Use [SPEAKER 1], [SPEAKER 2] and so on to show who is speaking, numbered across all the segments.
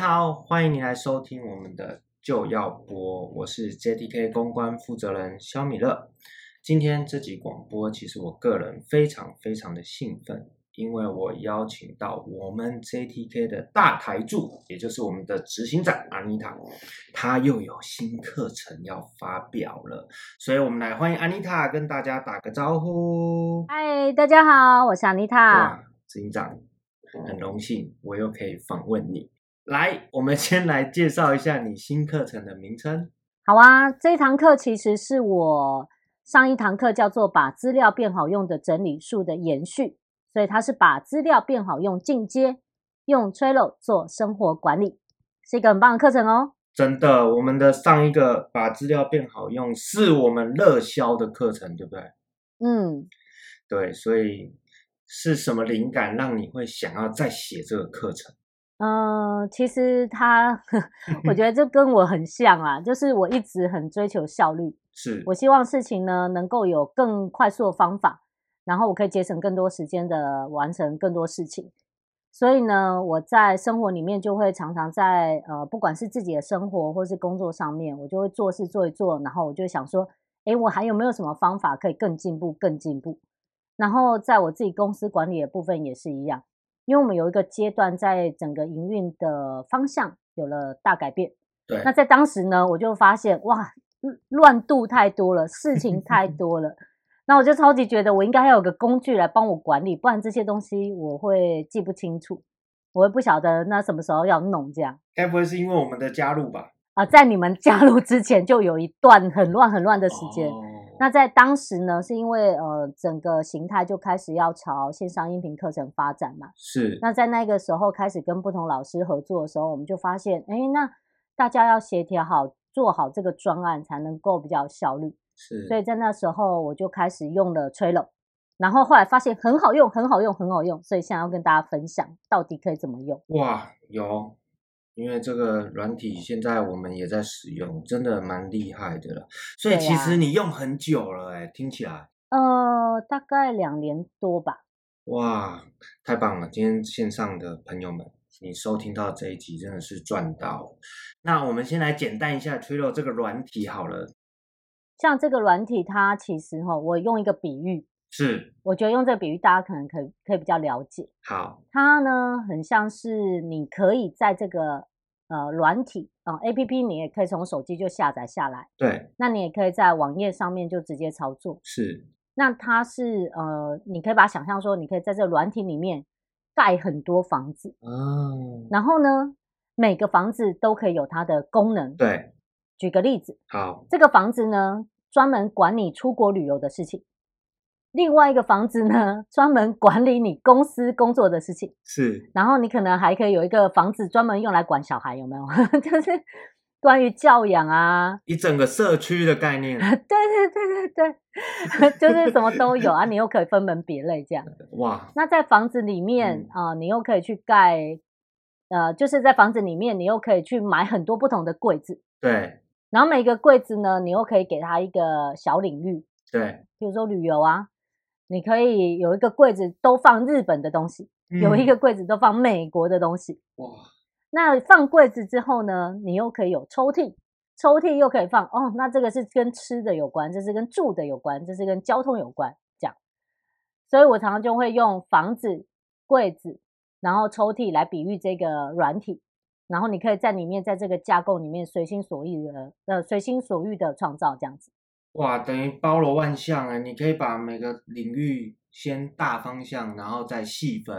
[SPEAKER 1] 好，欢迎您来收听我们的就要播，我是 JDK 公关负责人肖米勒。今天这集广播，其实我个人非常非常的兴奋，因为我邀请到我们 JTK 的大台柱，也就是我们的执行长安妮塔，她又有新课程要发表了，所以我们来欢迎安妮塔跟大家打个招呼。
[SPEAKER 2] 嗨，哎大家好，我是 Anita。
[SPEAKER 1] 哇，执行长，
[SPEAKER 2] 嗯
[SPEAKER 1] 很荣幸我又可以访问你。来，我们先来介绍一下你新课程的名称。
[SPEAKER 2] 好啊，这一堂课其实是我上一堂课叫做“把资料变好用”的整理术的延续，所以它是把资料变好用进阶，用 Trello 做生活管理，是一个很棒的课程哦。
[SPEAKER 1] 真的，我们的上一个把资料变好用是我们热销的课程，对不对？
[SPEAKER 2] 嗯，
[SPEAKER 1] 对，所以是什么灵感让你会想要再写这个课程？
[SPEAKER 2] 呃，其实它， 我觉得这跟我很像啊，就是我一直很追求效率，
[SPEAKER 1] 是
[SPEAKER 2] 我希望事情呢能够有更快速的方法，然后我可以节省更多时间的完成更多事情。所以呢，我在生活里面就会常常在呃，不管是自己的生活或是工作上面，我就会做事做一做，然后我就会想说，诶，我还有没有什么方法可以更进步、更进步？然后在我自己公司管理的部分也是一样，因为我们有一个阶段在整个营运的方向有了大改变，
[SPEAKER 1] 对
[SPEAKER 2] 那在当时呢，我就发现哇，乱乱度太多了，事 情太多了。那我就超级觉得我应该要有个工具来帮我管理，不然这些东西我会记不清楚，我会不晓得那什么时候要弄这样
[SPEAKER 1] 该不会是因为我们的加入吧？
[SPEAKER 2] 啊。在你们加入之前，就有一段很乱很乱的时间。
[SPEAKER 1] 哦
[SPEAKER 2] 那在当时呢，是因为呃整个形态就开始要朝线上音频课程发展嘛，
[SPEAKER 1] 是
[SPEAKER 2] 那在那个时候开始跟不同老师合作的时候，我们就发现，哎，那大家要协调好，做好这个专案才能够比较有效率。
[SPEAKER 1] 是，
[SPEAKER 2] 所以在那时候我就开始用了 Trello，然后后来发现很好用，很好用，很好用，所以现在要跟大家分享到底可以怎么用。
[SPEAKER 1] 哇，有，因为这个软体现在我们也在使用，真的蛮厉害的了。所以
[SPEAKER 2] 对
[SPEAKER 1] 其
[SPEAKER 2] 啊
[SPEAKER 1] 实你用很久了、欸，哎，听起来，
[SPEAKER 2] 呃，大概两年多吧。
[SPEAKER 1] 哇，太棒了！今天线上的朋友们，你收听到这一集真的是赚到了。那我们先来简单一下 Trello 这个软体好了，
[SPEAKER 2] 像这个软体，它其实哈，我用一个比喻，
[SPEAKER 1] 是
[SPEAKER 2] 我觉得用这个比喻大家可能可以可以比较了解。
[SPEAKER 1] 好，
[SPEAKER 2] 它呢，很像是你可以在这个呃软体啊、呃 APP，你也可以从手机就下载下来，
[SPEAKER 1] 对，
[SPEAKER 2] 那你也可以在网页上面就直接操作。
[SPEAKER 1] 是
[SPEAKER 2] 那它是呃，你可以把它想象说，你可以在这个软体里面盖很多房子，
[SPEAKER 1] 哦，
[SPEAKER 2] 然后呢，每个房子都可以有它的功能。，
[SPEAKER 1] 对，
[SPEAKER 2] 举个例子，
[SPEAKER 1] 好，
[SPEAKER 2] 这个房子呢专门管你出国旅游的事情，另外一个房子呢专门管理你公司工作的事情。
[SPEAKER 1] 是
[SPEAKER 2] 然后你可能还可以有一个房子专门用来管小孩，有没有？ 就是关于教养啊，
[SPEAKER 1] 一整个社区的概念，
[SPEAKER 2] 对对对对对， 就是什么都有啊，你又可以分门别类这样。
[SPEAKER 1] 哇，
[SPEAKER 2] 那在房子里面
[SPEAKER 1] 嗯
[SPEAKER 2] 啊、你又可以去盖，呃，就是在房子里面，你又可以去买很多不同的柜子，
[SPEAKER 1] 对
[SPEAKER 2] 然后每个柜子呢，你又可以给它一个小领域，
[SPEAKER 1] 对，
[SPEAKER 2] 比如说旅游啊，你可以有一个柜子都放日本的东西，有一
[SPEAKER 1] 嗯
[SPEAKER 2] 个柜子都放美国的东西，
[SPEAKER 1] 哇，
[SPEAKER 2] 那放柜子之后呢，你又可以有抽屉，抽屉又可以放哦，那这个是跟吃的有关，这是跟住的有关，这是跟交通有关，这样。所以我常常就会用房子、柜子，然后抽屉来比喻这个软体，然后你可以在里面，在这个架构里面随心所欲的呃随心所欲的创造这样子。
[SPEAKER 1] 哇，等于包罗万象哎，你可以把每个领域先大方向，然后再细分，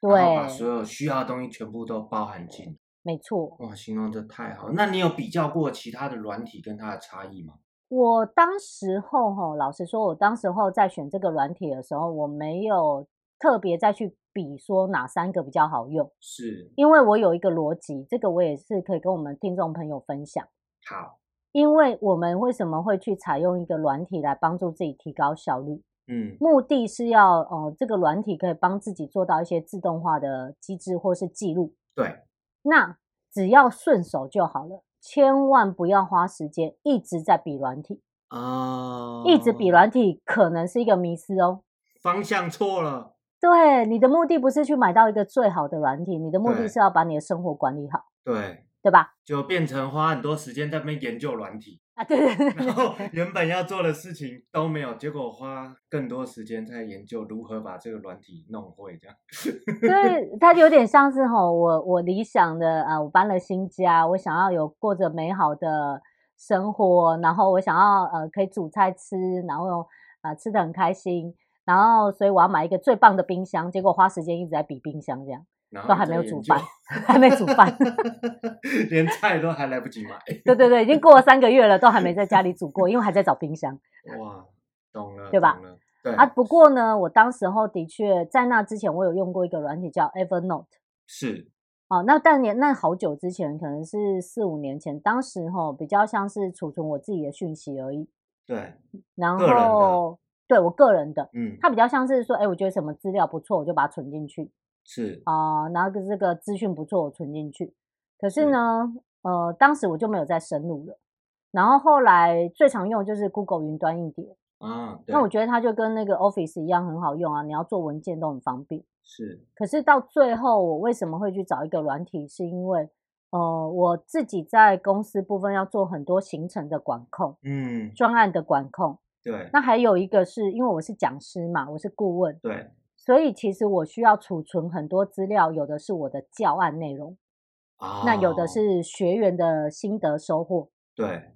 [SPEAKER 1] 然后把所
[SPEAKER 2] 对，
[SPEAKER 1] 有需要的东西全部都包含进。
[SPEAKER 2] 没错。
[SPEAKER 1] 哇，形容这太好了！那你有比较过其他的软体跟它的差异吗？
[SPEAKER 2] 我当时候哈，老实说，我当时候在选这个软体的时候，我没有特别再去比说哪三个比较好用，
[SPEAKER 1] 是，
[SPEAKER 2] 因为我有一个逻辑，这个我也是可以跟我们听众朋友分享。
[SPEAKER 1] 好，
[SPEAKER 2] 因为我们为什么会去采用一个软体来帮助自己提高效率？
[SPEAKER 1] 嗯，
[SPEAKER 2] 目的是要呃，这个软体可以帮自己做到一些自动化的机制或是记录。
[SPEAKER 1] 对，
[SPEAKER 2] 那只要顺手就好了，千万不要花时间一直在比软体。
[SPEAKER 1] 啊，
[SPEAKER 2] 嗯一直比软体可能是一个迷思哦。
[SPEAKER 1] 方向错了，
[SPEAKER 2] 对，你的目的不是去买到一个最好的软体，你的目的
[SPEAKER 1] 对
[SPEAKER 2] 是要把你的生活管理好。
[SPEAKER 1] 对，
[SPEAKER 2] 对吧？
[SPEAKER 1] 就变成花很多时间在那边研究软体，
[SPEAKER 2] 啊，对对对
[SPEAKER 1] 然后原本要做的事情都没有，结果花更多时间在研究如何把这个软体弄会，这样。
[SPEAKER 2] 所以它有点像是吼，我我理想的啊，我搬了新家，我想要有过着美好的生活，然后我想要呃可以煮菜吃，然后啊、呃吃的很开心，然后所以我要买一个最棒的冰箱，结果花时间一直在比冰箱这样，
[SPEAKER 1] 然后
[SPEAKER 2] 都还
[SPEAKER 1] 在
[SPEAKER 2] 没有
[SPEAKER 1] 啊研
[SPEAKER 2] 煮
[SPEAKER 1] 究
[SPEAKER 2] 饭， 还没煮饭，
[SPEAKER 1] 连菜都还来不及买。
[SPEAKER 2] 对对对，已经过了三个月了，都还没在家里煮过，因为还在找冰箱。
[SPEAKER 1] 哇，懂了，
[SPEAKER 2] 对吧
[SPEAKER 1] 懂了？对
[SPEAKER 2] 啊，不过呢，我当时候的确在那之前，我有用过一个软体叫 Evernote。
[SPEAKER 1] 是
[SPEAKER 2] 哦，那但年那好久之前，可能是四五年前，当时吼比较像是储存我自己的讯息而已。
[SPEAKER 1] 对，
[SPEAKER 2] 然
[SPEAKER 1] 个人的
[SPEAKER 2] 后对我个人的，
[SPEAKER 1] 嗯，
[SPEAKER 2] 它比较像是说，哎，我觉得什么资料不错，我就把它存进去
[SPEAKER 1] 是
[SPEAKER 2] 啊、然后这个资讯不错，我存进去。可是
[SPEAKER 1] 是
[SPEAKER 2] 呢，呃，当时我就没有再深入了。然后后来最常用的就是 Google 云端硬碟，
[SPEAKER 1] 啊，对
[SPEAKER 2] 那我觉得它就跟那个 Office 一样很好用啊，你要做文件都很方便。
[SPEAKER 1] 是
[SPEAKER 2] 可是到最后，我为什么会去找一个软体，是因为呃，我自己在公司部分要做很多行程的管控、
[SPEAKER 1] 嗯，
[SPEAKER 2] 专案的管控。
[SPEAKER 1] 对
[SPEAKER 2] 那还有一个是因为我是讲师嘛，我是顾问，
[SPEAKER 1] 对
[SPEAKER 2] 所以其实我需要储存很多资料，有的是我的教案内容，
[SPEAKER 1] 啊，
[SPEAKER 2] 那有的是学员的心得收获。
[SPEAKER 1] 对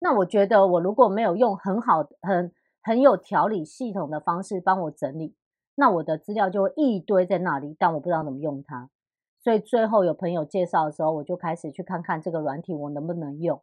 [SPEAKER 2] 那我觉得我如果没有用很好、很很有条理、系统的方式帮我整理，那我的资料就会一堆在那里，但我不知道怎么用它。所以最后有朋友介绍的时候，我就开始去看看这个软体我能不能用，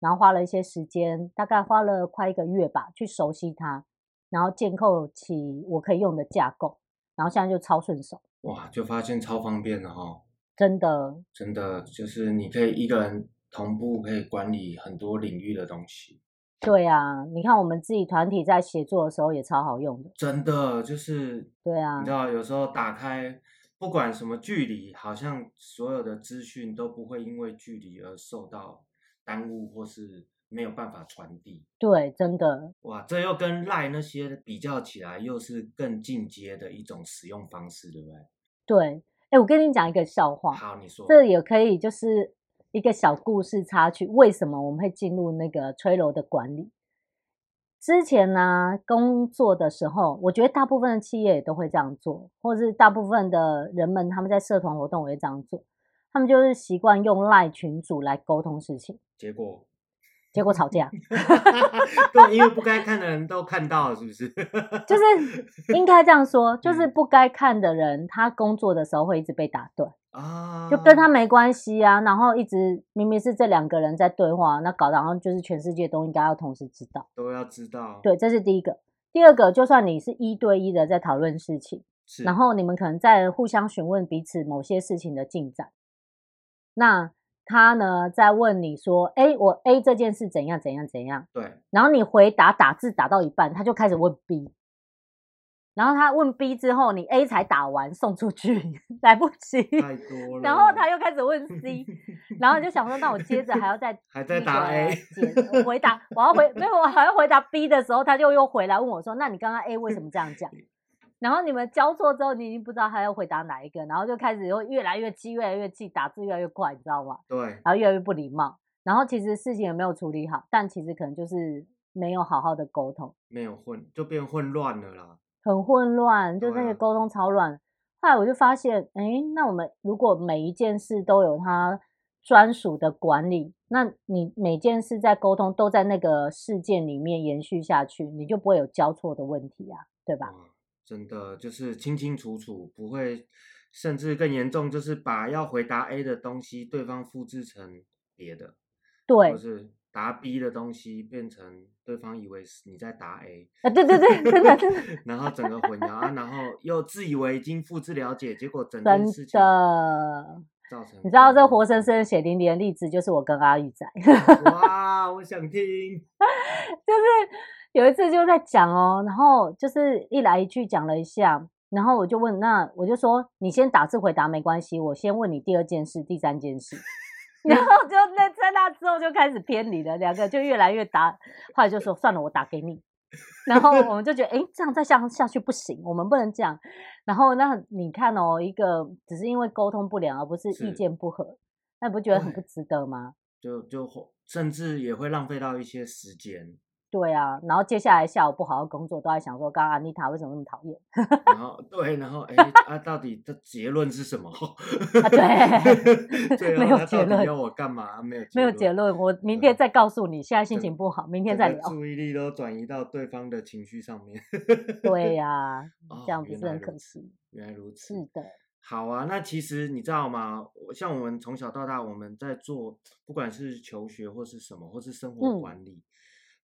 [SPEAKER 2] 然后花了一些时间，大概花了快一个月吧，去熟悉它，然后建构起我可以用的架构，然后现在就超顺手，
[SPEAKER 1] 哇，就发现超方便的哈、
[SPEAKER 2] 真的
[SPEAKER 1] 真的就是你可以一个人同步可以管理很多领域的东西，
[SPEAKER 2] 对啊！你看我们自己团体在写作的时候也超好用的，
[SPEAKER 1] 真的就是
[SPEAKER 2] 对啊
[SPEAKER 1] 你知，道，有时候打开不管什么距离，好像所有的资讯都不会因为距离而受到耽误或是没有办法传递。
[SPEAKER 2] 对，真的
[SPEAKER 1] 哇，这又跟赖那些比较起来，又是更进阶的一种使用方式，对不对？
[SPEAKER 2] 对，哎，我跟你讲一个笑话，
[SPEAKER 1] 好，你说。
[SPEAKER 2] 这也可以就是一个小故事插曲。为什么我们会进入那个吹楼的管理？之前呢、工作的时候，我觉得大部分的企业也都会这样做，或是大部分的人们他们在社团活动也会这样做，他们就是习惯用赖群组来沟通事情，
[SPEAKER 1] 结果，
[SPEAKER 2] 结果吵架，
[SPEAKER 1] 对，因为不该看的人都看到了，是不 是？
[SPEAKER 2] 就是应该这样说，就是
[SPEAKER 1] 嗯
[SPEAKER 2] 不该看的人，他工作的时候会一直被打断。
[SPEAKER 1] 啊，
[SPEAKER 2] 就跟他没关系啊。然后一直明明是这两个人在对话，那搞得好像就是全世界都应该要同时知道。
[SPEAKER 1] 都要知道，，
[SPEAKER 2] 对，这是第一个。第二个，就算你是一对一的在讨论事情，
[SPEAKER 1] 是，
[SPEAKER 2] 然后你们可能在互相询问彼此某些事情的进展，那他呢在问你说：“哎，我 A 这件事怎样怎样怎样。”
[SPEAKER 1] 对，
[SPEAKER 2] 然后你回答打字打到一半，他就开始问 B。然后他问 B 之后，你 A 才打完送出去， 来不及。
[SPEAKER 1] 太多了。
[SPEAKER 2] 然后他又开始问 C，然后你就想说，那我接着还要再
[SPEAKER 1] 还在
[SPEAKER 2] 那
[SPEAKER 1] 打
[SPEAKER 2] 个
[SPEAKER 1] A
[SPEAKER 2] 解回答，我要回没有，我还要回答 B 的时候，他就又回来问我说，那你刚刚 A 为什么这样讲？然后你们交错之后，你已经不知道他要回答哪一个，然后就开始又越来越气，越来越气，打字越来越快，你知道吗？
[SPEAKER 1] 对，
[SPEAKER 2] 然后越来越不礼貌，然后其实事情也没有处理好，但其实可能就是没有好好的沟通，
[SPEAKER 1] 没有混，就变混乱了啦。
[SPEAKER 2] 很混乱，就
[SPEAKER 1] 对
[SPEAKER 2] 那
[SPEAKER 1] 啊
[SPEAKER 2] 个沟通超乱。后来我就发现，哎，那我们如果每一件事都有它专属的管理，那你每件事在沟通都在那个事件里面延续下去，你就不会有交错的问题啊，对吧？
[SPEAKER 1] 哇，真的就是清清楚楚，不会，甚至更严重，就是把要回答 A 的东西，对方复制成别的，
[SPEAKER 2] 对
[SPEAKER 1] 或，是答 B 的东西变成对方以为是你在答 A，
[SPEAKER 2] 啊，对对对，真的真的
[SPEAKER 1] 然后整个混淆啊，然后又自以为已经复制了解，结果整件事
[SPEAKER 2] 真
[SPEAKER 1] 情
[SPEAKER 2] 的。
[SPEAKER 1] 造成
[SPEAKER 2] 你知道
[SPEAKER 1] 混
[SPEAKER 2] 这
[SPEAKER 1] 乱
[SPEAKER 2] 活生生的血淋淋的例子，就是我跟阿玉仔。
[SPEAKER 1] 哇，我想听，
[SPEAKER 2] 就是有一次就在讲哦，然后就是一来一去讲了一下，然后我就问，那我就说你先打字回答没关系，我先问你第二件事、第三件事， 然后就那在那之后就开始偏离了，两个就越来越打，后来就说算了，我打给你。 然后我们就觉得，哎，这样再下下去不行，我们不能这样。然后那你看哦，一个只是因为沟通不良，而不是
[SPEAKER 1] 是
[SPEAKER 2] 意见不合，那你不觉得很不值得吗？
[SPEAKER 1] 就就甚至也会浪费到一些时间，
[SPEAKER 2] 对啊，然后接下来下午不好好工作，都在想说，刚刚安妮塔为什么那么讨厌
[SPEAKER 1] 然后对，然后哎，啊，到底的结论是什么？
[SPEAKER 2] 啊？对，
[SPEAKER 1] 对啊，
[SPEAKER 2] 没有
[SPEAKER 1] 他
[SPEAKER 2] 结
[SPEAKER 1] 到底
[SPEAKER 2] 论
[SPEAKER 1] 要我干嘛？啊没有
[SPEAKER 2] 没有结
[SPEAKER 1] 论，
[SPEAKER 2] 论，我明天再告诉你。现在心
[SPEAKER 1] 对
[SPEAKER 2] 情不好，明
[SPEAKER 1] 整
[SPEAKER 2] 天再
[SPEAKER 1] 个
[SPEAKER 2] 聊。
[SPEAKER 1] 注意力都转移到对方的情绪上面，
[SPEAKER 2] 对呀、
[SPEAKER 1] 哦
[SPEAKER 2] 这样不是很
[SPEAKER 1] 原来
[SPEAKER 2] 可
[SPEAKER 1] 如此
[SPEAKER 2] 惜？
[SPEAKER 1] 原来如此
[SPEAKER 2] 是，的，
[SPEAKER 1] 好啊，那其实你知道吗？我像我们从小到大，我们在做，不管是求学或是什么，或是生活
[SPEAKER 2] 嗯
[SPEAKER 1] 管理，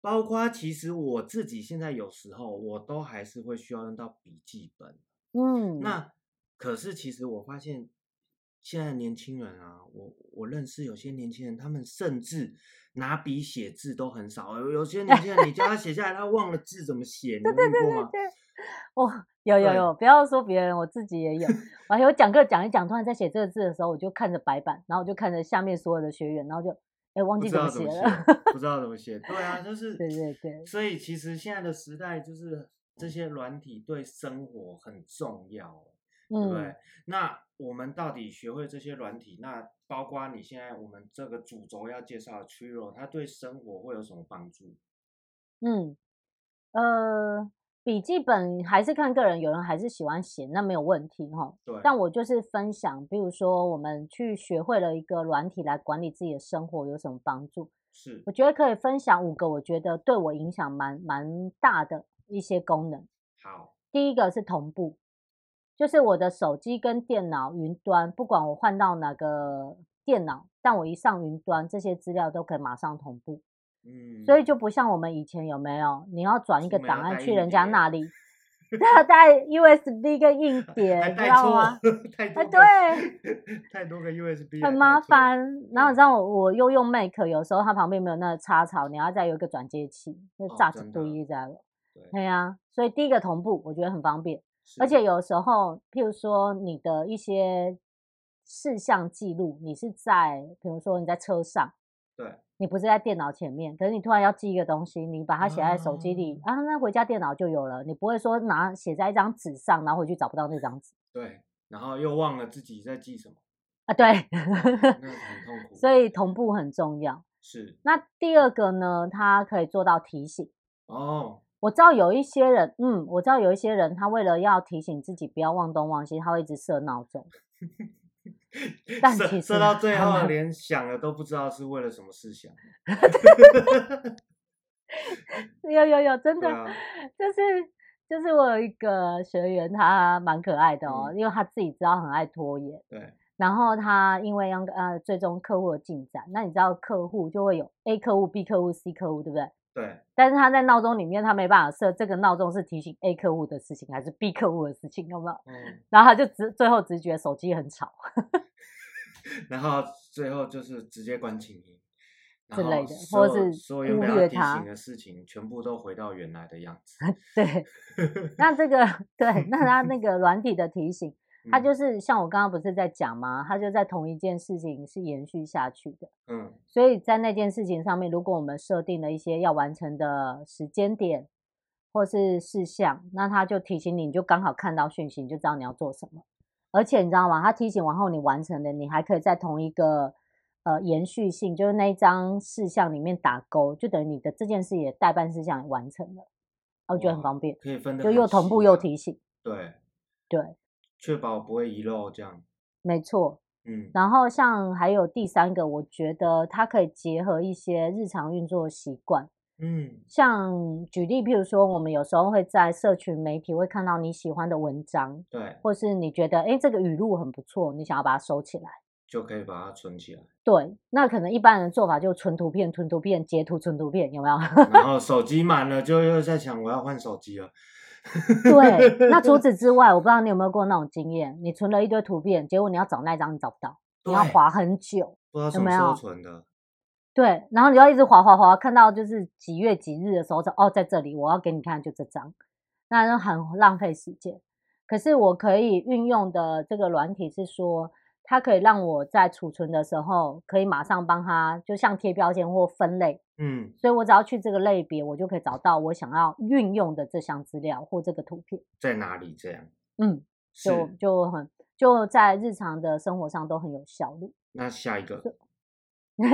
[SPEAKER 1] 包括其实我自己现在有时候我都还是会需要用到笔记本。
[SPEAKER 2] 嗯，
[SPEAKER 1] 那可是其实我发现，现在年轻人啊，我我认识有些年轻人，他们甚至拿笔写字都很少。有有些年轻人，你叫他写下来，他忘了字怎么写，你有遇过吗？
[SPEAKER 2] 对，我有有
[SPEAKER 1] 对
[SPEAKER 2] 有，不要说别人，我自己也 有。而且我讲课讲一讲，突然在写这个字的时候，我就看着白板，然后我就看着下面所有的学员，然后就哎忘
[SPEAKER 1] 不
[SPEAKER 2] 记
[SPEAKER 1] 知
[SPEAKER 2] 怎
[SPEAKER 1] 道
[SPEAKER 2] 么
[SPEAKER 1] 怎
[SPEAKER 2] 写
[SPEAKER 1] 么写
[SPEAKER 2] 了。，
[SPEAKER 1] 不知道怎么写。对啊，就是
[SPEAKER 2] 对对对
[SPEAKER 1] 所以其实现在的时代就是这些软体对生活很重要，对不对？
[SPEAKER 2] 嗯，
[SPEAKER 1] 那我们到底学会这些软体，那包括你现在我们这个主轴要介绍的 t r i o 它对生活会有什么帮助？
[SPEAKER 2] 嗯，呃，笔记本还是看个人，有人还是喜欢写，那没有问题哈。
[SPEAKER 1] 对，
[SPEAKER 2] 但我就是分享，比如说我们去学会了一个软体来管理自己的生活有什么帮助？
[SPEAKER 1] 是
[SPEAKER 2] 我觉得可以分享五个，我觉得对我影响蛮蛮大的一些功能。
[SPEAKER 1] 好，
[SPEAKER 2] 第一个是同步，就是我的手机跟电脑云端，不管我换到哪个电脑，但我一上云端，这些资料都可以马上同步。
[SPEAKER 1] 嗯，
[SPEAKER 2] 所以就不像我们以前有没有，你要转一个
[SPEAKER 1] 出门要
[SPEAKER 2] 档案
[SPEAKER 1] 带
[SPEAKER 2] 去
[SPEAKER 1] 硬
[SPEAKER 2] 人家
[SPEAKER 1] 碟
[SPEAKER 2] 那 里， 要带 USB 跟硬碟，
[SPEAKER 1] 还
[SPEAKER 2] 你知
[SPEAKER 1] 带
[SPEAKER 2] 道吗？
[SPEAKER 1] 错，太多
[SPEAKER 2] 啊
[SPEAKER 1] 个， 太多个 USB，
[SPEAKER 2] 很
[SPEAKER 1] 了
[SPEAKER 2] 麻
[SPEAKER 1] 带错，
[SPEAKER 2] 烦。然后你
[SPEAKER 1] 对嗯
[SPEAKER 2] 知道我我又用 Mac，有时候它旁边没有那个插槽，你要再有一个转接器，就
[SPEAKER 1] 哦
[SPEAKER 2] 炸子
[SPEAKER 1] 真的
[SPEAKER 2] 堆在了。
[SPEAKER 1] 对
[SPEAKER 2] 对呀、所以第一个同步我觉得很方便，而
[SPEAKER 1] 是
[SPEAKER 2] 且有时候譬如说你的一些事项记录，你是在比如说你在车上。
[SPEAKER 1] 对
[SPEAKER 2] 你不是在电脑前面，可是你突然要记一个东西，你把它写在手机里啊那回家电脑就有了。你不会说拿写在一张纸上，然后回去找不到那张纸
[SPEAKER 1] 对，然后又忘了自己在记什么，
[SPEAKER 2] 啊？对，
[SPEAKER 1] 嗯那很痛 苦。
[SPEAKER 2] 所以同步很重要。
[SPEAKER 1] 是
[SPEAKER 2] 那第二个呢，它可以做到提醒。
[SPEAKER 1] 哦，
[SPEAKER 2] 我知道有一些人，嗯，我知道有一些人，他为了要提醒自己不要忘东忘西，他会一直设闹 钟。但
[SPEAKER 1] 射
[SPEAKER 2] 其
[SPEAKER 1] 射
[SPEAKER 2] 实
[SPEAKER 1] 到最
[SPEAKER 2] 他
[SPEAKER 1] 后，
[SPEAKER 2] 们
[SPEAKER 1] 连想了都不知道是为了什么事想。
[SPEAKER 2] 有有有，真的，
[SPEAKER 1] 对啊，
[SPEAKER 2] 就是就是我有一个学员，他蛮可爱的哦，因为他自己知道很爱拖延，
[SPEAKER 1] 嗯对，
[SPEAKER 2] 然后他因为要呃追踪客户的进展，那你知道客户就会有 A 客户、B 客户、C 客户，对不对？
[SPEAKER 1] 对，
[SPEAKER 2] 但是他在闹钟里面，他没办法设这个闹钟是提醒 A 客户的事情还是 B 客户的事情，有没有？
[SPEAKER 1] 嗯，
[SPEAKER 2] 然后他就直最后直觉手机很吵，
[SPEAKER 1] 然后最后就是直接关静音然
[SPEAKER 2] 之
[SPEAKER 1] 后
[SPEAKER 2] 类的
[SPEAKER 1] 所
[SPEAKER 2] 或
[SPEAKER 1] 有
[SPEAKER 2] 是
[SPEAKER 1] 所有原
[SPEAKER 2] 忽
[SPEAKER 1] 本要
[SPEAKER 2] 略
[SPEAKER 1] 提
[SPEAKER 2] 它
[SPEAKER 1] 醒的事情，全部都回到原来的样子。
[SPEAKER 2] 对。那这个对，那他那个软体的提醒，它
[SPEAKER 1] 嗯
[SPEAKER 2] 就是像我刚刚不是在讲吗？它就在同一件事情是延续下去的。
[SPEAKER 1] 嗯，
[SPEAKER 2] 所以在那件事情上面，如果我们设定了一些要完成的时间点或是事项，那它就提醒你，你就刚好看到讯息，你就知道你要做什么。而且你知道吗？它提醒完后你完成的，你还可以在同一个呃延续性，就是那一张事项里面打勾，就等于你的这件事也代办事项也完成了，我觉得很
[SPEAKER 1] 哇
[SPEAKER 2] 方便，
[SPEAKER 1] 可以分的
[SPEAKER 2] 就又同步又提醒，
[SPEAKER 1] 对，
[SPEAKER 2] 对，
[SPEAKER 1] 确保不会遗漏这样。
[SPEAKER 2] 没错。
[SPEAKER 1] 嗯，
[SPEAKER 2] 然后像还有第三个，我觉得它可以结合一些日常运作习惯。
[SPEAKER 1] 嗯，
[SPEAKER 2] 像举例，譬如说，我们有时候会在社群媒体会看到你喜欢的文章，
[SPEAKER 1] 对，
[SPEAKER 2] 或是你觉得诶这个语录很不错，你想要把它收起来。
[SPEAKER 1] 就可以把它存起来，
[SPEAKER 2] 对，那可能一般人做法就是存图片、存图片、截图、存图片，有没 有？
[SPEAKER 1] 然后手机满了就又在想我要换手机了。
[SPEAKER 2] 对。那除此之外，我不知道你有没有过那种经验，你存了一堆图片，结果你要找那一张你找不到，你要
[SPEAKER 1] 对
[SPEAKER 2] 划很久。
[SPEAKER 1] 不知道什
[SPEAKER 2] 有
[SPEAKER 1] 么
[SPEAKER 2] 没
[SPEAKER 1] 时候
[SPEAKER 2] 有
[SPEAKER 1] 存的，
[SPEAKER 2] 对，然后你要一直划划划，看到就是几月几日的时候就哦，在这里我要给你看，就这张，那就很浪费时间。可是我可以运用的这个软体是说，它可以让我在储存的时候，可以马上帮它，就像贴标签或分类，
[SPEAKER 1] 嗯，
[SPEAKER 2] 所以我只要去这个类别，我就可以找到我想要运用的这项资料或这个图片。
[SPEAKER 1] 在哪里这样？
[SPEAKER 2] 嗯，
[SPEAKER 1] 是
[SPEAKER 2] 就就很就在日常的生活上都很有效率。
[SPEAKER 1] 那下一个，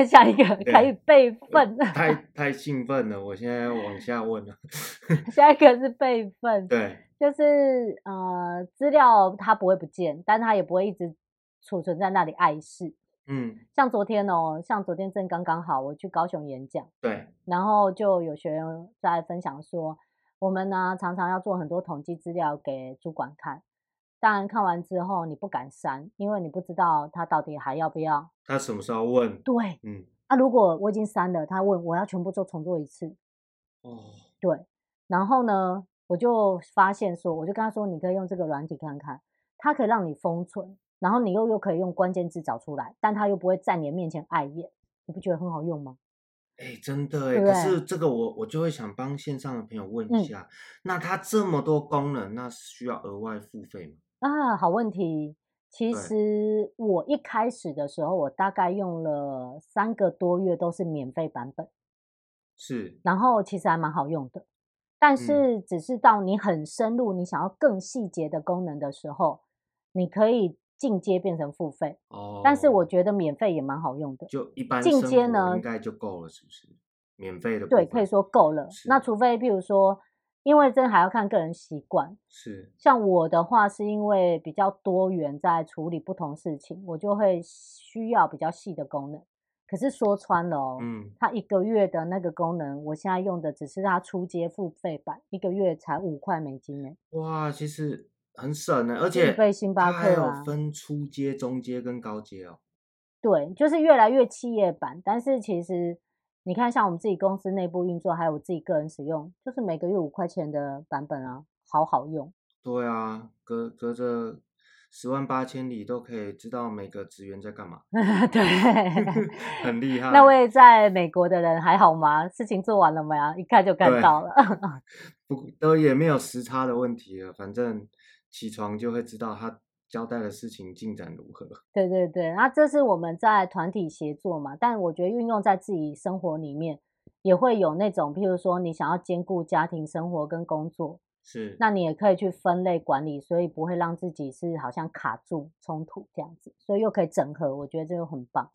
[SPEAKER 2] 下一个
[SPEAKER 1] 对
[SPEAKER 2] 开始备份，
[SPEAKER 1] 太太兴奋了，我现在要往下问了。
[SPEAKER 2] 下一个是备份，
[SPEAKER 1] 对，
[SPEAKER 2] 就是呃，资料它不会不见，但它也不会一直储存在那里碍事。
[SPEAKER 1] 嗯，
[SPEAKER 2] 像昨天哦，像昨天正刚刚好，我去高雄演讲，
[SPEAKER 1] 对，
[SPEAKER 2] 然后就有学员在分享说，我们呢常常要做很多统计资料给主管看，当然看完之后你不敢删，因为你不知道他到底还要不要。
[SPEAKER 1] 他什么时候问？
[SPEAKER 2] 对
[SPEAKER 1] 嗯，
[SPEAKER 2] 啊，如果我已经删了，他问我要全部做重做一次，
[SPEAKER 1] 哦，
[SPEAKER 2] 对，然后呢，我就发现说，我就跟他说，你可以用这个软体看看，它可以让你封存，然后你又又可以用关键字找出来，但它又不会在你的面前碍眼，你不觉得很好用吗？
[SPEAKER 1] 哎，真的哎，
[SPEAKER 2] 对不
[SPEAKER 1] 可
[SPEAKER 2] 对
[SPEAKER 1] 是这个我我就会想帮线上的朋友问
[SPEAKER 2] 嗯
[SPEAKER 1] 一下，那它这么多功能，那需要额外付费吗？
[SPEAKER 2] 啊，好问题。其
[SPEAKER 1] 对
[SPEAKER 2] 实我一开始的时候，我大概用了三个多月都是免费版本，
[SPEAKER 1] 是，
[SPEAKER 2] 然后其实还蛮好用的。
[SPEAKER 1] 嗯
[SPEAKER 2] 但是只是到你很深入，你想要更细节的功能的时候，你可以进阶变成付费。
[SPEAKER 1] 哦，
[SPEAKER 2] 但是我觉得免费也蛮好用的，
[SPEAKER 1] 就一般
[SPEAKER 2] 进
[SPEAKER 1] 生
[SPEAKER 2] 阶
[SPEAKER 1] 活
[SPEAKER 2] 呢
[SPEAKER 1] 应该就够了，是不是？免费的
[SPEAKER 2] 对，
[SPEAKER 1] 部
[SPEAKER 2] 可以
[SPEAKER 1] 分
[SPEAKER 2] 说够了。
[SPEAKER 1] 是
[SPEAKER 2] 那除非譬如说，因为这还要看个人习惯。
[SPEAKER 1] 是
[SPEAKER 2] 像我的话，是因为比较多元，在处理不同事情，我就会需要比较细的功能。可是说穿了哦，
[SPEAKER 1] 嗯，
[SPEAKER 2] 它一个月的那个功能，我现在用的只是它初阶付费版，一个月才五块美金呢，
[SPEAKER 1] 哇，其实很省欸呢，而
[SPEAKER 2] 是一
[SPEAKER 1] 且
[SPEAKER 2] 杯星巴
[SPEAKER 1] 它还
[SPEAKER 2] 克
[SPEAKER 1] 有
[SPEAKER 2] 啊。
[SPEAKER 1] 分初阶、中阶跟高阶哦。
[SPEAKER 2] 对，就是越来越企业版，但是其实你看，像我们自己公司内部运作，还有我自己个人使用，就是每个月五块钱的版本啊，好好用。
[SPEAKER 1] 对啊，隔隔着十万八千里都可以知道每个职员在干嘛，，
[SPEAKER 2] 对
[SPEAKER 1] 很厉害。
[SPEAKER 2] 那位在美国的人还好吗？事情做完了没啊？一看就看
[SPEAKER 1] 对
[SPEAKER 2] 到了。
[SPEAKER 1] 不都也没有时差的问题了，反正起床就会知道他交代的事情进展如何。
[SPEAKER 2] 对对对，那这是我们在团体协作嘛，但我觉得运用在自己生活里面，也会有那种，譬如说你想要兼顾家庭生活跟工作，
[SPEAKER 1] 是，
[SPEAKER 2] 那你也可以去分类管理，所以不会让自己是好像卡住冲突这样子，所以又可以整合，我觉得这就很棒。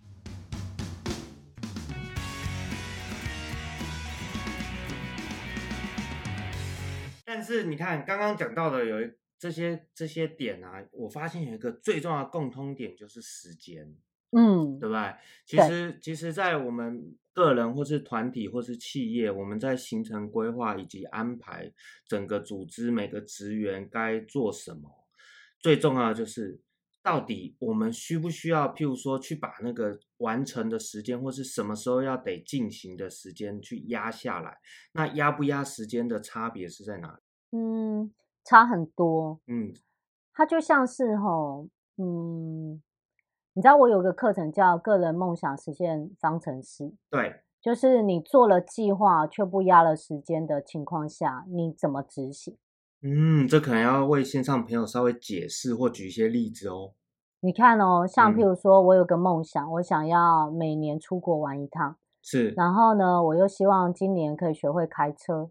[SPEAKER 1] 但是你看刚刚讲到的有一这些这些点啊，我发现有一个最重要的共通点就是时间。
[SPEAKER 2] 嗯，
[SPEAKER 1] 对不对？其
[SPEAKER 2] 对
[SPEAKER 1] 实，其实，在我们个人或是团体或是企业，我们在行程规划以及安排整个组织每个职员该做什么，最重要的就是到底我们需不需要，譬如说去把那个完成的时间或是什么时候要得进行的时间去压下来，那压不压时间的差别是在哪里？
[SPEAKER 2] 嗯，差很多。
[SPEAKER 1] 嗯，
[SPEAKER 2] 它就像是吼，嗯，你知道我有个课程叫《个人梦想实现方程式》，
[SPEAKER 1] 对，
[SPEAKER 2] 就是你做了计划却不压了时间的情况下，你怎么执行？
[SPEAKER 1] 嗯，这可能要为线上朋友稍微解释或举一些例子哦。
[SPEAKER 2] 你看哦，像譬
[SPEAKER 1] 嗯
[SPEAKER 2] 如说我有个梦想，我想要每年出国玩一趟，
[SPEAKER 1] 是，
[SPEAKER 2] 然后呢，我又希望今年可以学会开车，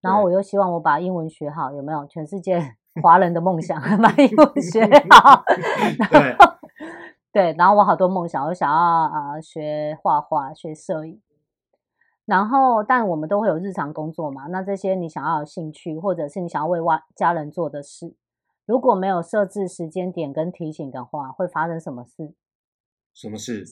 [SPEAKER 2] 然后
[SPEAKER 1] 对。
[SPEAKER 2] 我又希望我把英文学好，有没有？全世界 华人的梦想，把英文学好 然后对，然后我好多梦想，我想要啊、呃学画画、学摄影。然后，但我们都会有日常工作嘛，那这些你想要有兴趣，或者是你想要为外家人做的事，如果没有设置时间点跟提醒的话，会发生什么事？
[SPEAKER 1] 什 么事？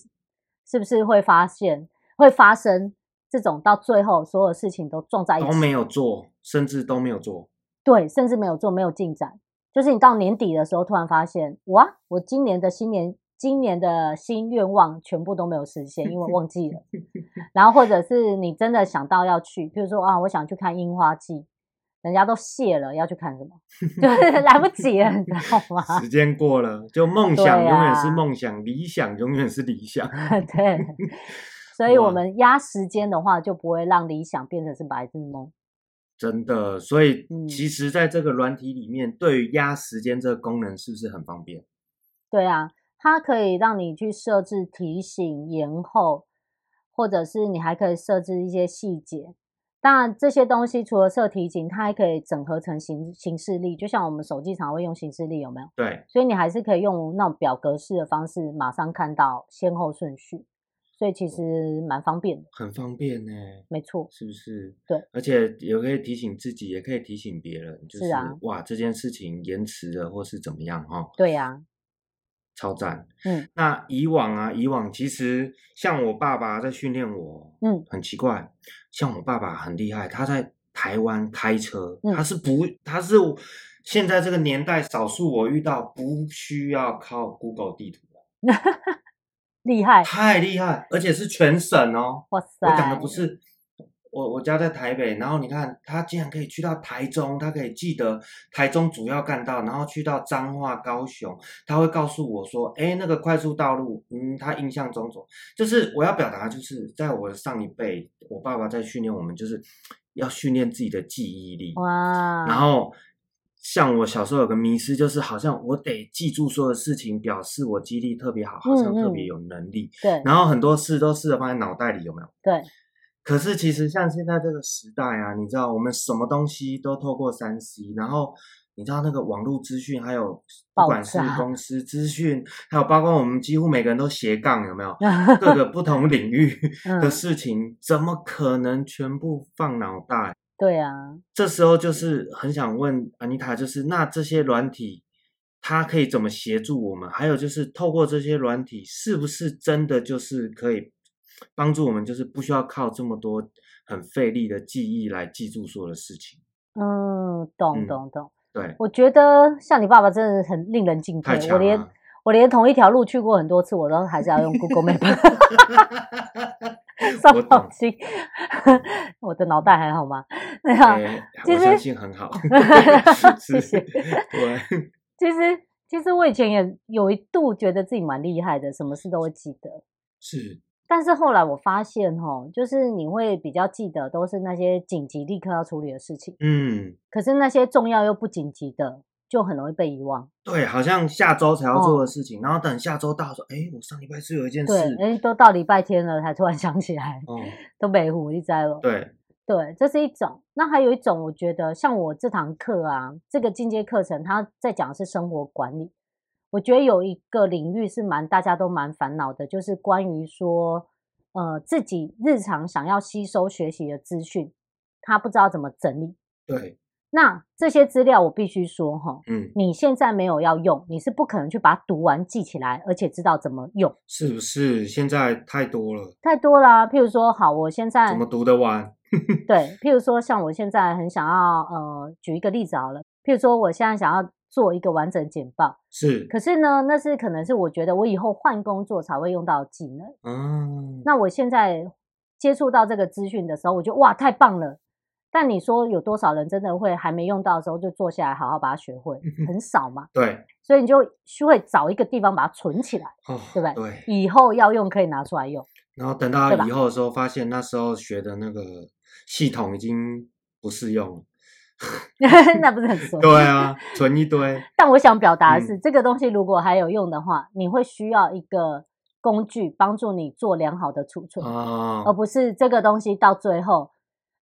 [SPEAKER 2] 是不是会发现会发生这种到最后所有事情都撞在一
[SPEAKER 1] 都
[SPEAKER 2] 起？
[SPEAKER 1] 哦没有做，甚至都没 有做。
[SPEAKER 2] 对，甚至没有做，没有进展。就是你到年底的时候，突然发现，哇，我今年的新年今年的新愿望全部都没有实现，因为忘记 了。然后或者是你真的想到要去，比如说啊，我想去看樱花季，人家都谢了，要去看 什么？就是来不及了，你知道吗？
[SPEAKER 1] 时间过了，就梦
[SPEAKER 2] 对
[SPEAKER 1] 想永远是
[SPEAKER 2] 啊
[SPEAKER 1] 梦想，理想永远是理 想。
[SPEAKER 2] 对，所以我
[SPEAKER 1] 哇
[SPEAKER 2] 们压时间的话，就不会让理想变成是白日梦。
[SPEAKER 1] 真的，所以
[SPEAKER 2] 嗯
[SPEAKER 1] 其实在这个软体里面，对于压时间这个功能是不是很方便？
[SPEAKER 2] 对啊，它可以让你去设置提醒、延后，或者是你还可以设置一些细节。当然，这些东西除了设题型，它还可以整合成形形式力，就像我们手机常会用形式力，有没有？
[SPEAKER 1] 对，
[SPEAKER 2] 所以你还是可以用那种表格式的方式，马上看到先后顺序，所以其实蛮方便的。
[SPEAKER 1] 很方便呢，
[SPEAKER 2] 没错，
[SPEAKER 1] 是不是？
[SPEAKER 2] 对，
[SPEAKER 1] 而且也可以提醒自己，也可以提醒别人，就是
[SPEAKER 2] 啊
[SPEAKER 1] 哇，这件事情延迟了，或是怎么样哈、哦，
[SPEAKER 2] 对呀、
[SPEAKER 1] 超赞。
[SPEAKER 2] 嗯，
[SPEAKER 1] 那以往啊，以往其实像我爸爸在训练我，
[SPEAKER 2] 嗯，
[SPEAKER 1] 很奇怪，像我爸爸很厉害，他在台湾开车，
[SPEAKER 2] 嗯
[SPEAKER 1] 他是不，他是现在这个年代少数我遇到不需要靠 Google 地图的，
[SPEAKER 2] 厉害，
[SPEAKER 1] 太厉害，而且是全省哦。
[SPEAKER 2] 哇塞！
[SPEAKER 1] 我讲的不是我我家在台北，然后你看他竟然可以去到台中，他可以记得台中主要干道，然后去到彰化、高雄，他会告诉我说，哎，那个快速道路，嗯，他印象中走，就是我要表达，就是在我的上一辈，我爸爸在训练我们，就是要训练自己的记忆力，
[SPEAKER 2] 哇，
[SPEAKER 1] 然后。像我小时候有个迷失，就是好像我得记住所有事情，表示我记忆力特别好，好像
[SPEAKER 2] 嗯
[SPEAKER 1] 特
[SPEAKER 2] 嗯
[SPEAKER 1] 别有能力。
[SPEAKER 2] 对
[SPEAKER 1] 然后很多事都试着放在脑袋里，有没有？
[SPEAKER 2] 对，
[SPEAKER 1] 可是其实像现在这个时代啊，你知道我们什么东西都透过三 C，然后你知道那个网络资讯，还有不
[SPEAKER 2] 爆
[SPEAKER 1] 管是
[SPEAKER 2] 炸
[SPEAKER 1] 公司资讯，还有包括我们几乎每个人都斜杠，有没有？各个不同领域
[SPEAKER 2] 嗯
[SPEAKER 1] 的，事情，怎么可能全部放脑袋？
[SPEAKER 2] 对啊，
[SPEAKER 1] 这时候就是很想问安妮塔，就是那这些软体，它可以怎么协助我们？还有就是透过这些软体，是不是真的就是可以帮助我们，就是不需要靠这么多很费力的记忆来记住所有的事情？
[SPEAKER 2] 嗯，
[SPEAKER 1] 嗯
[SPEAKER 2] 懂懂懂。
[SPEAKER 1] 对，
[SPEAKER 2] 我觉得像你爸爸真的很令人敬
[SPEAKER 1] 太
[SPEAKER 2] 佩，
[SPEAKER 1] 强
[SPEAKER 2] 我连
[SPEAKER 1] 了。
[SPEAKER 2] 我连同一条路去过很多次，我都还是要用 Google Map 上
[SPEAKER 1] 我懂
[SPEAKER 2] 脑筋。 我的脑袋还好吗？那样、
[SPEAKER 1] 哎
[SPEAKER 2] 其
[SPEAKER 1] 我
[SPEAKER 2] 实，
[SPEAKER 1] 相信很好
[SPEAKER 2] 谢
[SPEAKER 1] 是
[SPEAKER 2] 谢
[SPEAKER 1] 对，
[SPEAKER 2] 其实其实我以前也有一度觉得自己蛮厉害的，什么事都会记得。
[SPEAKER 1] 是，
[SPEAKER 2] 但是后来我发现，哦，就是你会比较记得都是那些紧急立刻要处理的事情，
[SPEAKER 1] 嗯，
[SPEAKER 2] 可是那些重要又不紧急的，就很容易被遗忘。
[SPEAKER 1] 对，好像下周才要做
[SPEAKER 2] 哦
[SPEAKER 1] 的事情，然后等下周到说，哎，我上礼拜是有一件事，
[SPEAKER 2] 对，哎，都到礼拜天了才突然想起来，
[SPEAKER 1] 哦，
[SPEAKER 2] 都北湖一在了。
[SPEAKER 1] 对，
[SPEAKER 2] 对，这是一种。那还有一种，我觉得像我这堂课啊，这个进阶课程，它在讲的是生活管理。我觉得有一个领域是蛮大家都蛮烦恼的，就是关于说，呃，自己日常想要吸收学习的资讯，他不知道怎么整理。
[SPEAKER 1] 对，
[SPEAKER 2] 那这些资料，我必须说哈，
[SPEAKER 1] 嗯，
[SPEAKER 2] 你现在没有要用，你是不可能去把它读完记起来，而且知道怎么用。
[SPEAKER 1] 是不是现在太多了？
[SPEAKER 2] 太多啦、譬如说，好，我现在
[SPEAKER 1] 怎么读得完？
[SPEAKER 2] 对，譬如说像我现在很想要，呃，举一个例子好了，譬如说我现在想要做一个完整简报，
[SPEAKER 1] 是，
[SPEAKER 2] 可是呢，那是可能是我觉得我以后换工作才会用到的技能。
[SPEAKER 1] 嗯，
[SPEAKER 2] 那我现在接触到这个资讯的时候，我就哇，太棒了！但你说有多少人真的会还没用到的时候就坐下来好好把它学会？
[SPEAKER 1] 嗯
[SPEAKER 2] 很少嘛，
[SPEAKER 1] 对，
[SPEAKER 2] 所以你就需会找一个地方把它存起来，
[SPEAKER 1] 哦，
[SPEAKER 2] 对不对？以后要用可以拿出来 用。
[SPEAKER 1] 然后等
[SPEAKER 2] 对
[SPEAKER 1] 到
[SPEAKER 2] 吧
[SPEAKER 1] 以后的时候，发现那时候学的那个系统已经不适用了。
[SPEAKER 2] 那不是很熟？
[SPEAKER 1] 对啊，存一 堆。
[SPEAKER 2] 但我想表达的是，
[SPEAKER 1] 嗯
[SPEAKER 2] 这个东西如果还有用的话，你会需要一个工具帮助你做良好的储存，而
[SPEAKER 1] 哦，
[SPEAKER 2] 不是这个东西到最后，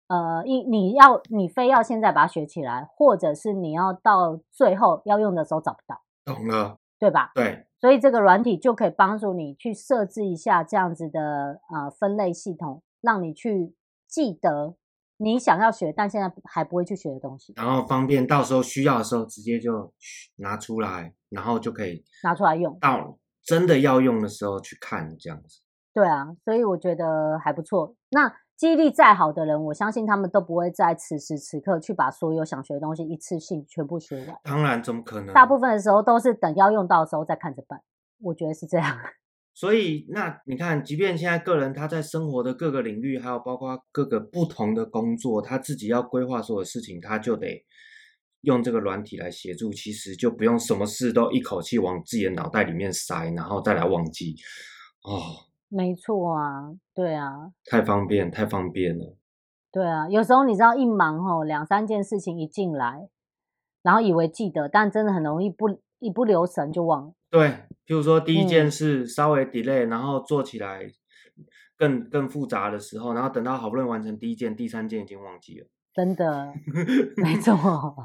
[SPEAKER 2] 呃，一你要你非要现在把它学起来，或者是你要到最后要用的时候找不到，
[SPEAKER 1] 懂了。
[SPEAKER 2] 对吧？
[SPEAKER 1] 对，
[SPEAKER 2] 所以这个软体就可以帮助你去设置一下这样子的呃分类系统，让你去记得你想要学但现在还不会去学的东西，
[SPEAKER 1] 然后方便到时候需要的时候直接就拿出来，然后就可以
[SPEAKER 2] 拿出来用。
[SPEAKER 1] 到真的要用的时候去看，这样子。
[SPEAKER 2] 对啊，所以我觉得还不错。那记忆力再好的人，我相信他们都不会在此时此刻去把所有想学的东西一次性全部学完，
[SPEAKER 1] 当然，怎么可能？
[SPEAKER 2] 大部分的时候都是等要用到的时候再看着办。我觉得是这样。
[SPEAKER 1] 所以，那你看，即便现在个人他在生活的各个领域，还有包括各个不同的工作，他自己要规划所有事情，他就得用这个软体来协助。其实就不用什么事都一口气往自己的脑袋里面塞，然后再来忘记。哦，
[SPEAKER 2] 没错啊，对啊，
[SPEAKER 1] 太方便，太方便了。
[SPEAKER 2] 对啊。有时候你知道一忙吼，两三件事情一进来，然后以为记得，但真的很容易不一不留神就忘了。
[SPEAKER 1] 对，譬如说第一件
[SPEAKER 2] 嗯
[SPEAKER 1] 事稍微 delay，、然后做起来更更复杂的时候，然后等到好不容易完成第一件、第三件已经忘记了，
[SPEAKER 2] 真的没错，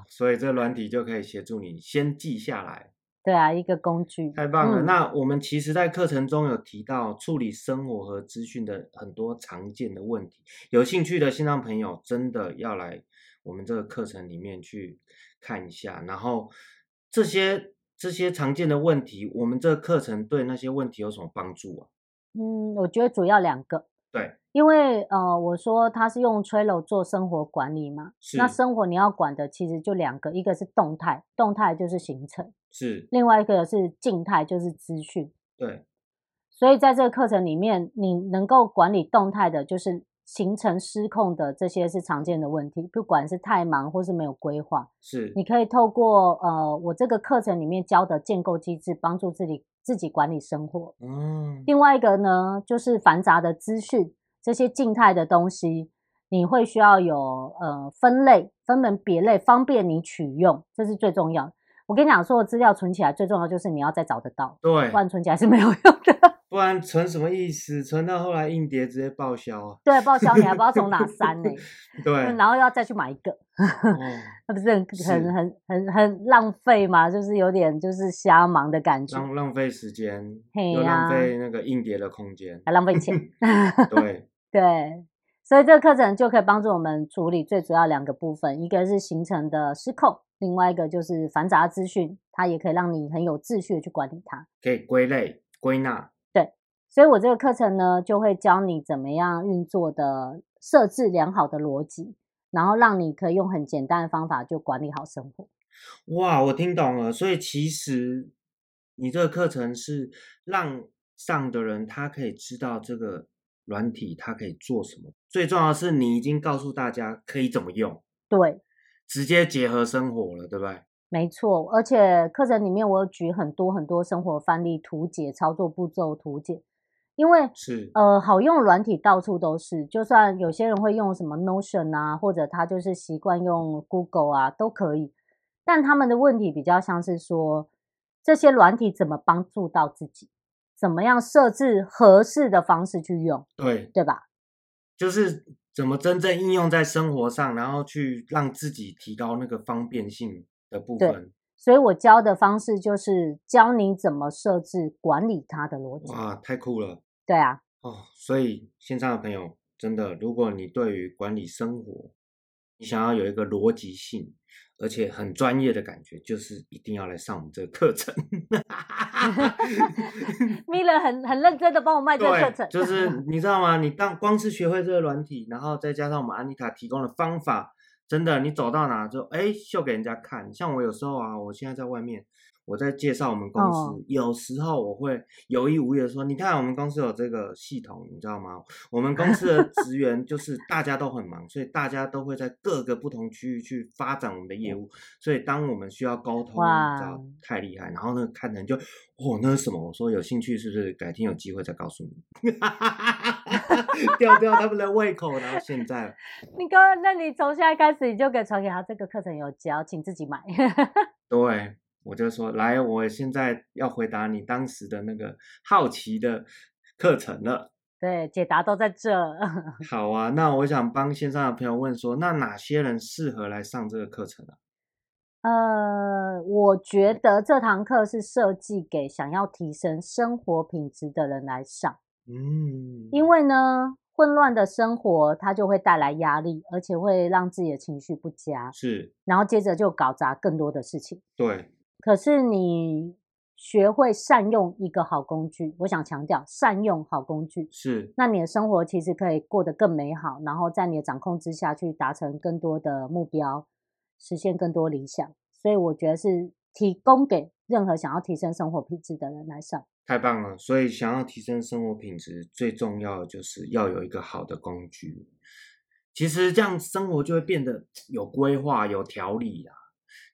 [SPEAKER 1] 所以这软体就可以协助你先记下来，
[SPEAKER 2] 对啊，一个工具，
[SPEAKER 1] 太棒了。
[SPEAKER 2] 嗯
[SPEAKER 1] 那我们其实，在课程中有提到处理生活和资讯的很多常见的问题，有兴趣的线上朋友真的要来我们这个课程里面去看一下，然后这些这些常见的问题，我们这个课程对那些问题有什么帮助啊？
[SPEAKER 2] 嗯，我觉得主要两个，
[SPEAKER 1] 对，
[SPEAKER 2] 因为呃，我说它是用 Trello 做生活管理嘛，
[SPEAKER 1] 是
[SPEAKER 2] 那生活你要管的其实就两个，一个是动态，动态就是行程，
[SPEAKER 1] 是，
[SPEAKER 2] 另外一个是静态，就是资讯。
[SPEAKER 1] 对，
[SPEAKER 2] 所以在这个课程里面，你能够管理动态的，就是行程失控的这些是常见的问题，不管是太忙或是没有规划，
[SPEAKER 1] 是，
[SPEAKER 2] 你可以透过呃我这个课程里面教的建构机制，帮助自己自己管理生活。
[SPEAKER 1] 嗯，
[SPEAKER 2] 另外一个呢，就是繁杂的资讯，这些静态的东西，你会需要有呃分类、分门别类，方便你取用，这是最重要的。我跟你讲，所有资料存起来最重要就是你要再找得到，
[SPEAKER 1] 对
[SPEAKER 2] 不，然存起来是没有用的。
[SPEAKER 1] 不然存什么意思？存到后来硬碟直接报 销啊！
[SPEAKER 2] 对，报销你还不知道从哪删呢、
[SPEAKER 1] 对，
[SPEAKER 2] 然后要再去买一个，
[SPEAKER 1] 哦，
[SPEAKER 2] 那不是很
[SPEAKER 1] 是
[SPEAKER 2] 很很很很浪费吗？就是有点就是瞎忙的感觉，
[SPEAKER 1] 浪浪费时间，
[SPEAKER 2] 嘿
[SPEAKER 1] 又
[SPEAKER 2] 呀
[SPEAKER 1] 浪费那个硬碟的空间。
[SPEAKER 2] 还浪费钱。
[SPEAKER 1] 对，
[SPEAKER 2] 对，所以这个课程就可以帮助我们处理最主要两个部分，一个是行程的失控，另外一个就是繁杂资讯，它也可以让你很有秩序的去管理它。
[SPEAKER 1] 可以归类归纳。
[SPEAKER 2] 所以我这个课程呢，就会教你怎么样运作的设置良好的逻辑，然后让你可以用很简单的方法就管理好生活。
[SPEAKER 1] 哇，我听懂了。所以其实你这个课程是让上的人他可以知道这个软体它可以做什么，最重要的是你已经告诉大家可以怎么用，
[SPEAKER 2] 对，
[SPEAKER 1] 直接结合生活了，对不对？
[SPEAKER 2] 没错，而且课程里面我有举很多很多生活范例图解、操作步骤图解，因为
[SPEAKER 1] 是，
[SPEAKER 2] 呃，好用的软体到处都是，就算有些人会用什么 Notion 啊，或者他就是习惯用 Google 啊，都可以。但他们的问题比较像是说，这些软体怎么帮助到自己，怎么样设置合适的方式去用，
[SPEAKER 1] 对，
[SPEAKER 2] 对吧？
[SPEAKER 1] 就是怎么真正应用在生活上，然后去让自己提高那个方便性的部
[SPEAKER 2] 对
[SPEAKER 1] 分。
[SPEAKER 2] 所以我教的方式就是教你怎么设置管理它的逻辑。
[SPEAKER 1] 哇，太酷了
[SPEAKER 2] 对啊，
[SPEAKER 1] 哦！所以线上的朋友，真的，如果你对于管理生活，你想要有一个逻辑性，而且很专业的感觉，就是一定要来上我们这个课程。
[SPEAKER 2] 米勒很很认真的帮我 卖这个课
[SPEAKER 1] 对
[SPEAKER 2] 程，，
[SPEAKER 1] 就是你知道吗？你当光是学会这个软体，然后再加上我们安妮塔提供的方法，真的，你走到哪就哎秀给人家看。像我有时候啊，我现在在外面，我在介绍我们公司，
[SPEAKER 2] 哦
[SPEAKER 1] 有时候我会有意无意的说，你看我们公司有这个系统，你知道吗？我们公司的职员就是大家都很忙，所以大家都会在各个不同区域去发展我们的业务。所以当我们需要沟通，
[SPEAKER 2] 哇
[SPEAKER 1] 你知道太厉害，然后呢，看人就哦，那是什么？我说有兴趣是不是？改天有机会再告诉你。 吊吊他们的胃口，然后现在
[SPEAKER 2] 你刚，那你从现在开始你就可以传给他，这个课程有教，请自己买。
[SPEAKER 1] 对我就说来，我现在要回答你当时的那个好奇的课程了。
[SPEAKER 2] 对，解答都在这。
[SPEAKER 1] 好啊，那我想帮线上的朋友问说，那哪些人适合来上这个课程啊？
[SPEAKER 2] 呃，我觉得这堂课是设计给想要提升生活品质的人来上，
[SPEAKER 1] 嗯，
[SPEAKER 2] 因为呢，混乱的生活它就会带来压力，而且会让自己的情绪不佳，
[SPEAKER 1] 是
[SPEAKER 2] 然后接着就搞砸更多的事情。
[SPEAKER 1] 对，
[SPEAKER 2] 可是你学会善用一个好工具，我想强调善用好工具，
[SPEAKER 1] 是
[SPEAKER 2] 那你的生活其实可以过得更美好，然后在你的掌控之下去达成更多的目标，实现更多理想。所以我觉得是提供给任何想要提升生活品质的人来上。
[SPEAKER 1] 太棒了！所以想要提升生活品质，最重要的就是要有一个好的工具。其实这样生活就会变得有规划、有条理啊。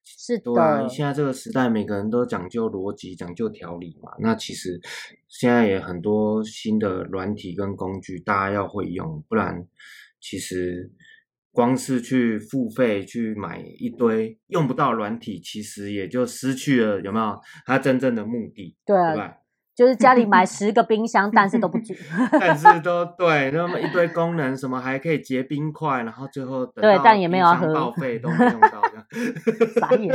[SPEAKER 2] 是
[SPEAKER 1] 对啊，
[SPEAKER 2] 的，
[SPEAKER 1] 现在这个时代，每个人都讲究逻辑、讲究条理嘛。那其实现在也很多新的软体跟工具，大家要会用，不然其实光是去付费去买一堆用不到的软体，其实也就失去了有没有它真正的目的，
[SPEAKER 2] 对
[SPEAKER 1] 对
[SPEAKER 2] 啊，
[SPEAKER 1] 吧？
[SPEAKER 2] 就是家里 买十个冰箱，但是都不足。
[SPEAKER 1] 但是都对，那么一堆功能，什么还可以结冰块，然后最后等
[SPEAKER 2] 对
[SPEAKER 1] 到
[SPEAKER 2] 但也没有要
[SPEAKER 1] 冰箱
[SPEAKER 2] 喝
[SPEAKER 1] 报废都没用到这样。
[SPEAKER 2] 傻眼。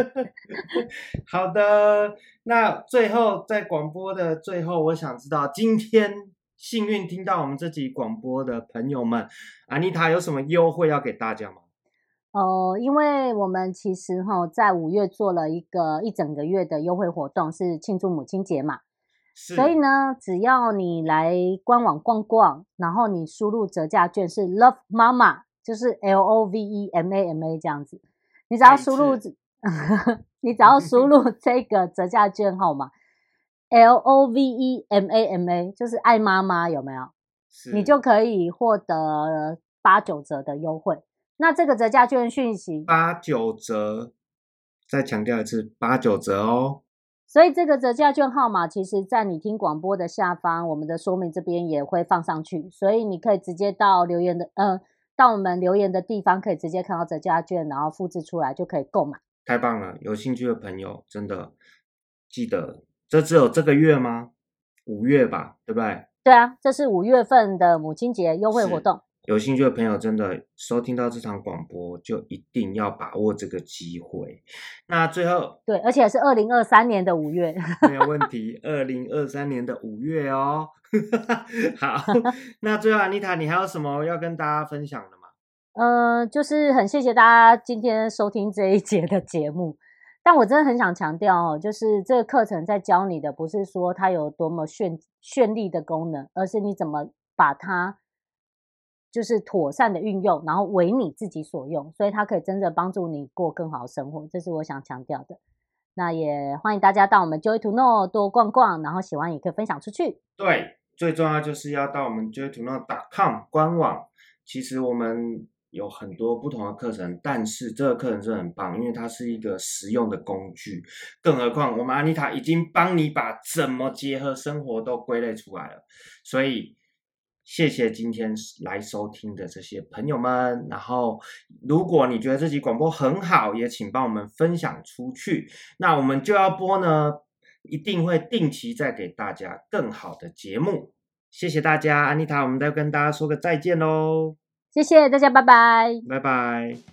[SPEAKER 1] 好的，那最后在广播的最后，我想知道今天幸运听到我们这集广播的朋友们，安妮塔有什么优惠要给大家吗？
[SPEAKER 2] 哦，因为我们其实哈在五月做了一个一整个月的优惠活动，是庆祝母亲节嘛，
[SPEAKER 1] 是
[SPEAKER 2] 所以呢，只要你来官网逛逛，然后你输入折价券是 Love Mama，就是 L O V E M A M A 这样子，你只要输入
[SPEAKER 1] 再一，
[SPEAKER 2] 你只要输 入这个折价券号码 L O V E M A M A，就是爱妈妈有没有？
[SPEAKER 1] 是，
[SPEAKER 2] 你就可以获得八九折的优惠。那这个折价券讯息，
[SPEAKER 1] 八九折，再强调一次，八九折哦。
[SPEAKER 2] 所以这个折价券号码，其实在你听广播的下方，我们的说明这边也会放上去，所以你可以直接到留言的，呃，到我们留言的地方，可以直接看到折价券，然后复制出来就可以购买。
[SPEAKER 1] 太棒了！有兴趣的朋友真的记得，这只有这个月吗？五月吧，对不对？
[SPEAKER 2] 对啊，这是五月份的母亲节优惠
[SPEAKER 1] 是
[SPEAKER 2] 活动。
[SPEAKER 1] 有兴趣的朋友真的收听到这场广播，就一定要把握这个机会。那最后
[SPEAKER 2] 对，而且是二零二三年的五月。
[SPEAKER 1] 没有问题，二零二三年的五月哦。 好， 那最后安妮塔，你还有什么要跟大家分享的吗？
[SPEAKER 2] 嗯，就是很谢谢大家今天收听这一节的节目。但我真的很想强调哦，就是这个课程在教你的，不是说它有多么绚绚丽的功能，而是你怎么把它就是妥善的运用，然后为你自己所用，所以它可以真正帮助你过更好的生活，这是我想强调的。那也欢迎大家到我们 Joy to Know 多逛逛，然后喜欢也可以分享出去。
[SPEAKER 1] 对，最重要就是要到我们 j o y t o n o c o m 官网。其实我们有很多不同的课程，但是这个课程是很棒，因为它是一个实用的工具。更何况我们安妮塔已经帮你把怎么结合生活都归类出来了，所以。谢谢今天来收听的这些朋友们，然后如果你觉得这集广播很好，也请帮我们分享出去。那我们就要播呢，一定会定期再给大家更好的节目。谢谢大家，安妮塔，我们再跟大家说个再见喽，
[SPEAKER 2] 谢谢大家，拜拜。
[SPEAKER 1] 拜拜。